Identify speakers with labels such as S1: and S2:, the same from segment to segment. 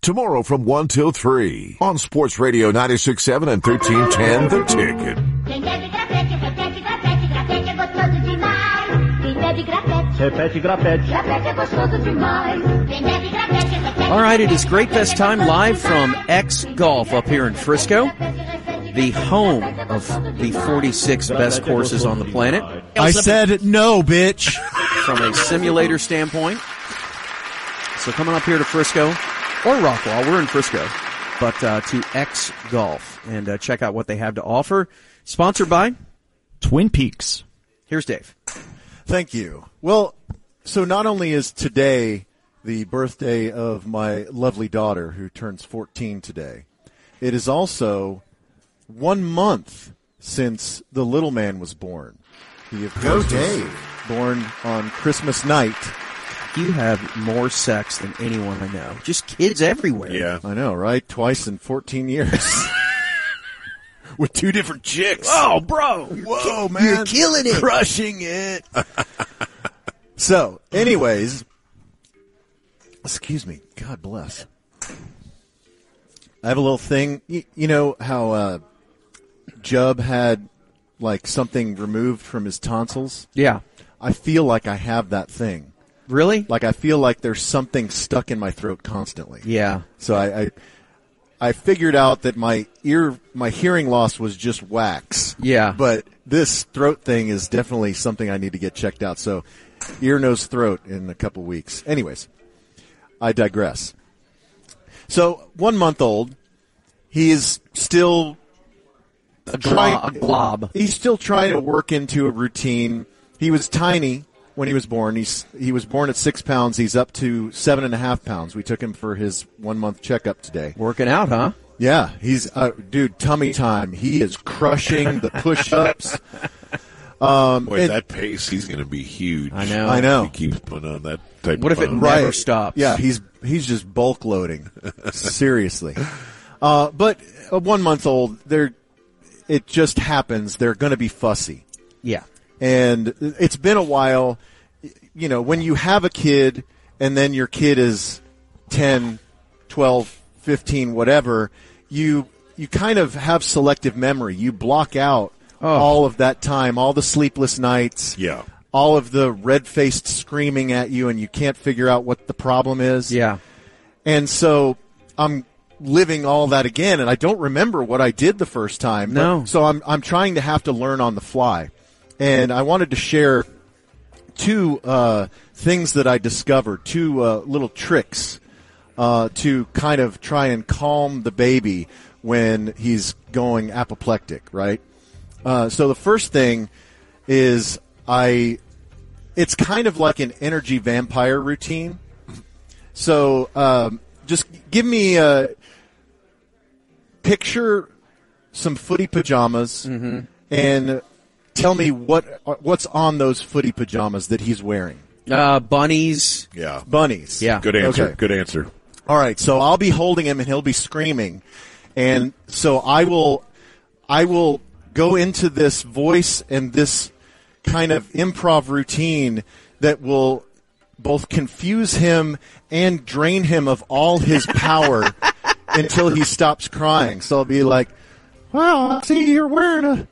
S1: tomorrow from 1 till 3 on Sports Radio 96.7 and 1310 The Ticket.
S2: Repete, grapete.
S3: All right, it is Great Fest time live from X Golf up here in Frisco, the home of the 46 best courses on the planet.
S4: I said no, bitch.
S3: from a simulator standpoint. So coming up here to Frisco or Rockwall, we're in Frisco, but uh, to X Golf and uh, check out what they have to offer. Sponsored by,
S4: Twin Peaks.
S3: here's Dave.
S5: Thank you. Well, so not only is today the birthday of my lovely daughter who turns 14 today, it is also one month since the little man was born. He, of course, was born on Christmas night.
S3: You have more sex than anyone I know. Just kids everywhere.
S6: Yeah.
S5: I know, right? Twice in 14 years.
S6: With two different chicks.
S5: Oh, bro. Whoa, man. You're killing it. Crushing it. so, anyways, excuse me. God bless. I have a little thing. You, you know how uh, Jubb had like something removed from his tonsils?
S3: Yeah.
S5: I feel like I have that thing.
S3: Really?
S5: Like I feel like there's something stuck in my throat constantly.
S3: yeah.
S5: So I, I, I figured out that my ear, my hearing loss was just wax.
S3: Yeah.
S5: But this throat thing is definitely something I need to get checked out. So ear, nose, throat in a couple weeks. Anyways, I digress. So one month old, he is still
S3: A glob. A glob.
S5: He's still trying to work into a routine. He was tiny when he was born. He's he was born at six pounds. He's up to seven and a half pounds. We took him for his one month checkup today.
S3: Working out, huh?
S5: Yeah, he's uh, dude tummy time. He is crushing the push-ups.
S6: Boy,
S5: it-
S6: that pace, he's going to be huge.
S3: I know.
S5: I know.
S6: He keeps putting on that type
S3: What
S6: of
S3: if it
S6: pound.
S3: never stops?
S5: Yeah, he's he's just bulk loading. Seriously. Uh, but a one month old, they're it just happens. They're going to be fussy.
S3: Yeah.
S5: and it's been a while. You know, when you have a kid and then your kid is 10, 12, 15, whatever, you you kind of have selective memory. You block out all of that time, all the sleepless nights.
S6: Yeah.
S5: All of the red-faced screaming at you and you can't figure out what the problem is.
S3: Yeah.
S5: And so I'm living all that again and I don't remember what I did the first time. but-
S3: No.
S5: So I'm I'm trying to have to learn on the fly. And I wanted to share two uh, things that I discovered, two uh, little tricks uh, to kind of try and calm the baby when he's going apoplectic, right? Uh, so the first thing is I it's kind of like an energy vampire routine. So um, just give me a picture some footy pajamas and tell me what what's on those footy pajamas that he's wearing.
S3: Uh, bunnies.
S6: Yeah.
S5: Bunnies.
S3: Yeah.
S6: Good answer.
S5: Okay.
S6: Good answer.
S5: All right, so I'll be holding him and he'll be screaming. And so I will I will go into this voice and this kind of improv routine that will both confuse him and drain him of all his power until he stops crying. So I'll be like, "Wow, I see you're wearing a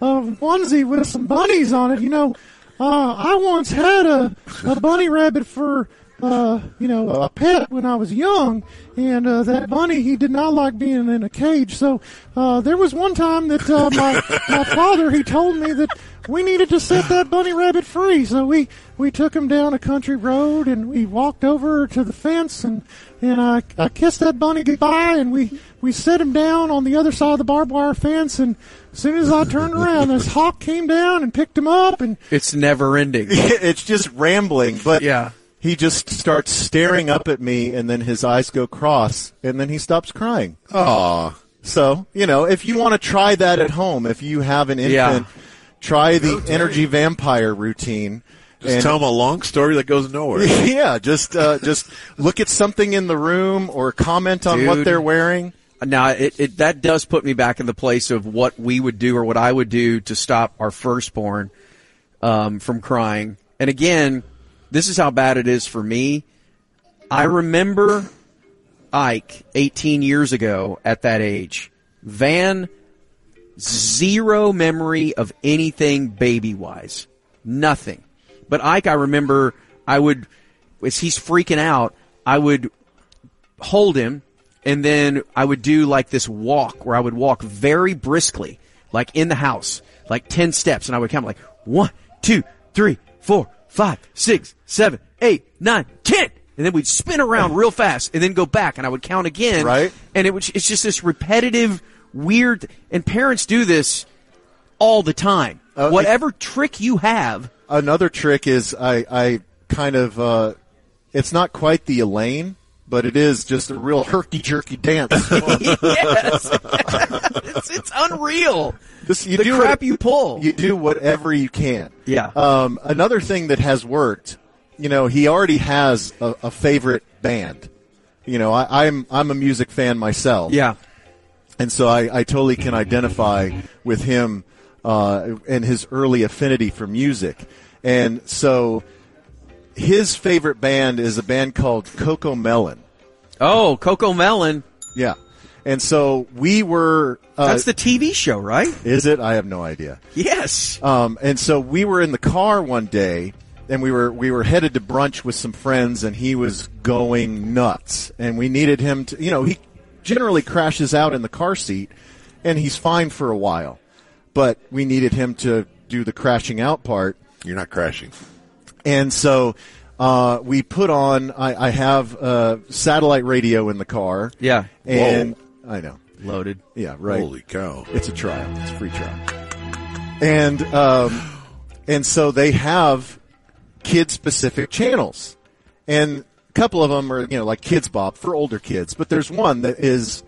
S5: a onesie with some bunnies on it. You know, uh, I once had a, a bunny rabbit for, uh, you know, a pet when I was young, and uh, that bunny, he did not like being in a cage. So uh, there was one time that uh, my, my father, he told me that we needed to set that bunny rabbit free. So we, we took him down a country road, and we walked over to the fence, and, and I, I kissed that bunny goodbye, and we, we set him down on the other side of the barbed wire fence, and as soon as I turned around, this hawk came down and picked him up, and
S3: It's never ending.
S5: it's just rambling. But
S3: Yeah.
S5: he just starts staring up at me, and then his eyes go cross, and then he stops crying.
S6: Aw.
S5: So you know, if you want to try that at home, if you have an infant,
S3: Yeah.
S5: try the energy vampire routine.
S6: Just
S5: and-
S6: tell him a long story that goes nowhere.
S5: yeah, just uh, just look at something in the room or comment on what
S3: Dude.
S5: they're wearing.
S3: Now, it, it that does put me back in the place of what we would do or what I would do to stop our firstborn um, from crying. And again, this is how bad it is for me. I remember Ike 18 years ago at that age. Van, zero memory of anything baby wise. Nothing. But Ike, I remember I would, as he's freaking out, I would hold him and then I would do like this walk where I would walk very briskly, like in the house, like 10 steps and I would count like one, two, three, four, five, six, seven, eight, nine, ten, And then we'd spin around real fast and then go back and I would count again.
S5: Right.
S3: And it was, it's just this repetitive, weird, and parents do this all the time.
S5: Uh,
S3: Whatever trick you have,
S5: another trick is I, I kind of uh, it's not quite the Elaine, but it is just a real herky jerky dance.
S3: yes, it's, it's unreal.
S5: This- you
S3: the
S5: do
S3: crap
S5: it-
S3: you pull.
S5: you do whatever you can.
S3: Yeah.
S5: Um, another thing that has worked, you know, he already has a, a favorite band. You know, I, I'm I'm a music fan myself.
S3: yeah.
S5: and so I, I totally can identify with him uh, and his early affinity for music. And so his favorite band is a band called Coco Melon.
S3: Oh, Coco Melon.
S5: Yeah. And so we were. Uh,
S3: That's the TV show, right?
S5: is it? I have no idea.
S3: Yes.
S5: Um, and so we were in the car one day, and we were we were headed to brunch with some friends, and he was going nuts, and we needed him to. You know, he generally crashes out in the car seat, and he's fine for a while, but we needed him to do the crashing out part,
S6: You're not crashing.
S5: and so. Uh, we put on. I, I have uh, satellite radio in the car.
S3: Yeah.
S5: and I know.
S3: Loaded.
S5: Yeah, right.
S6: Holy cow.
S5: It's a trial. It's a free trial. And um, and so they have kid specific channels, and a couple of them are you know like Kids Bop for older kids, but there's one that is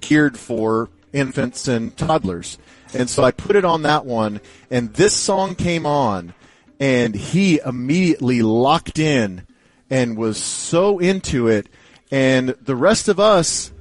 S5: geared for infants and toddlers. And so I put it on that one, and this song came on, and he immediately locked in and was so into it, and the rest of us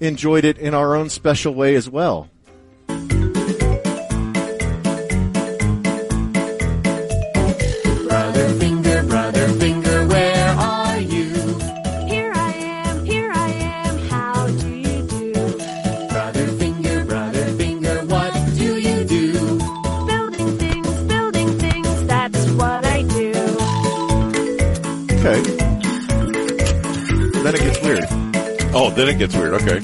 S5: enjoyed it in our own special way as well.
S7: Here I am, here I am, how do you do? Brother finger, brother finger, what do you do? Building things, building things, that's what I do.
S5: Okay. Then it gets weird.
S6: Oh, then it gets weird. Okay.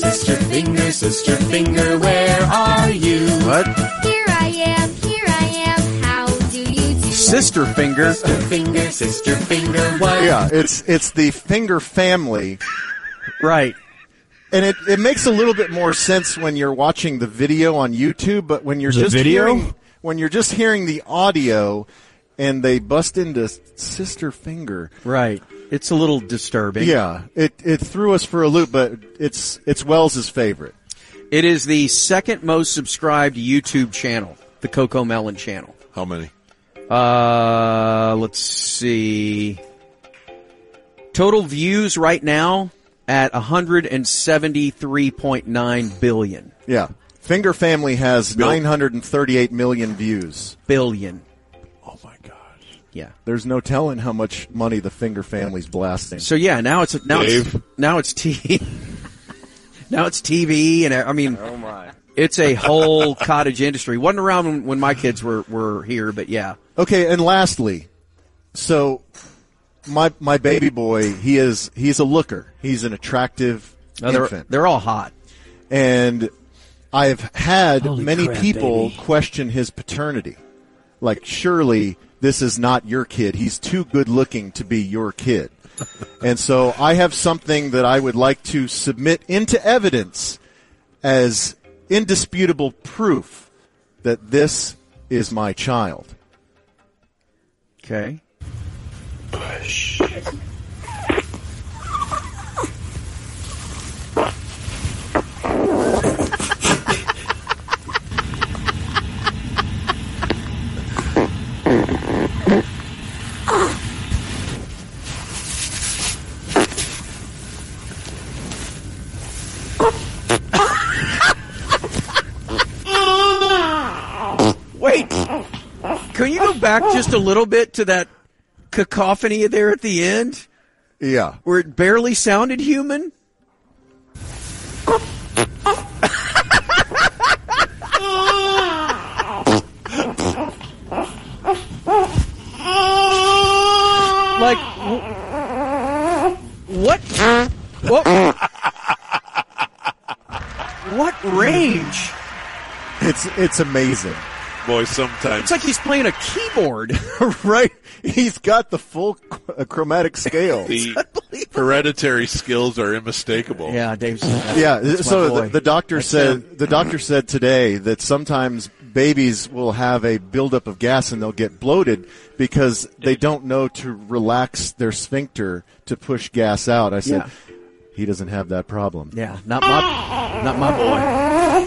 S7: Sister finger, sister finger, where are you?
S6: What?
S8: Here I am, here I am, how do you do?
S3: Sister Finger.
S7: Sister finger, sister finger, what?
S5: Yeah, it's it's the finger family,
S3: right.
S5: and it, it makes a little bit more sense when you're watching the video on YouTube. But when you're
S4: The
S5: just
S4: video?
S5: hearing when you're just hearing the audio, and they bust into sister finger.
S3: Right. It's a little disturbing.
S5: Yeah, it it threw us for a loop, but it's it's Wells's favorite.
S3: It is the second most subscribed YouTube channel, the Coco Melon channel.
S6: How many?
S3: Uh, let's see. Total views right now at 173.9 billion.
S5: Yeah, finger family has
S6: Bill-
S5: 938 million views.
S3: Billion.
S6: Oh my gosh.
S3: Yeah.
S5: There's no telling how much money the finger family's blasting.
S3: So yeah, now it's now it's
S6: Dave.
S3: now it's TV. now it's TV, and I mean, oh my, it's a whole cottage industry. wasn't around when, when my kids were were here, but yeah,
S5: Okay, and lastly, so my my baby boy, he is he's a looker. He's an attractive
S3: No, they're
S5: infant,
S3: they're all hot.
S5: and I've had
S4: Holy
S5: many
S4: crap,
S5: people
S4: baby.
S5: question his paternity. Like, surely this is not your kid. He's too good looking to be your kid. and so I have something that I would like to submit into evidence as indisputable proof that this is my child.
S3: Okay, wait, can you go back just a little bit to that cacophony there at the end?
S5: Yeah.
S3: where it barely sounded human. like wh- what? What? What range?
S5: It's it's amazing.
S6: Boy, sometimes
S3: It's like he's playing a keyboard.
S5: right? He's got the full ch- uh, chromatic scale.
S6: the hereditary skills are unmistakable.
S3: yeah, Dave's.
S5: yeah.
S3: that's my
S5: so the,
S3: boy.
S5: the doctor
S3: That's
S5: said
S3: him.
S5: the doctor said today that sometimes babies will have a buildup of gas and they'll get bloated because they don't know to relax their sphincter to push gas out. I said he doesn't have that problem.
S3: Yeah, not my, not my boy.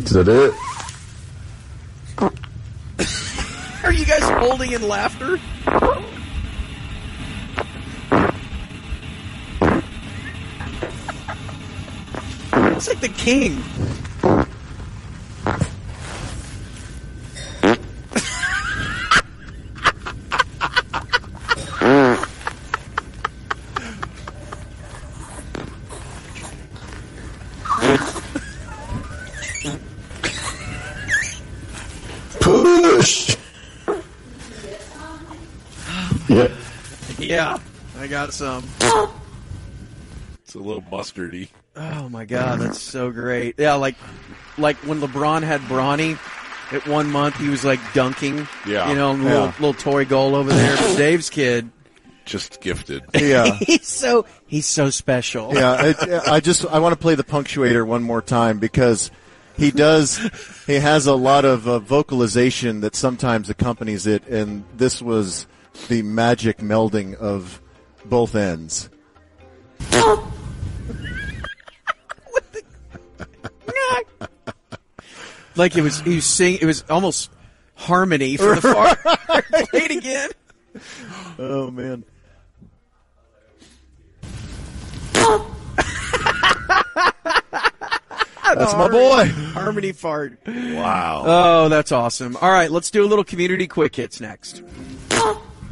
S9: Is that it?
S3: Are you guys holding in laughter? It's like the king.
S9: Push. yeah.
S3: Yeah, I got some.
S6: It's a little mustardy.
S3: Oh my god, that's so great. Yeah, like like when LeBron had Bronny at one month, he was like dunking.
S6: Yeah.
S3: you know, little
S5: Yeah.
S3: little toy goal over there. But Dave's kid.
S6: Just gifted.
S5: Yeah.
S3: He's so he's so special.
S5: yeah, it, I just I want to play the punctuator one more time because he does he has a lot of uh, vocalization that sometimes accompanies it, and this was the magic melding of both ends.
S3: Like it was he was sing it was almost harmony for the far play it again.
S5: Oh man. That's my boy.
S3: Harmony fart.
S6: Wow.
S3: Oh, that's awesome. All right, let's do a little community quick hits next.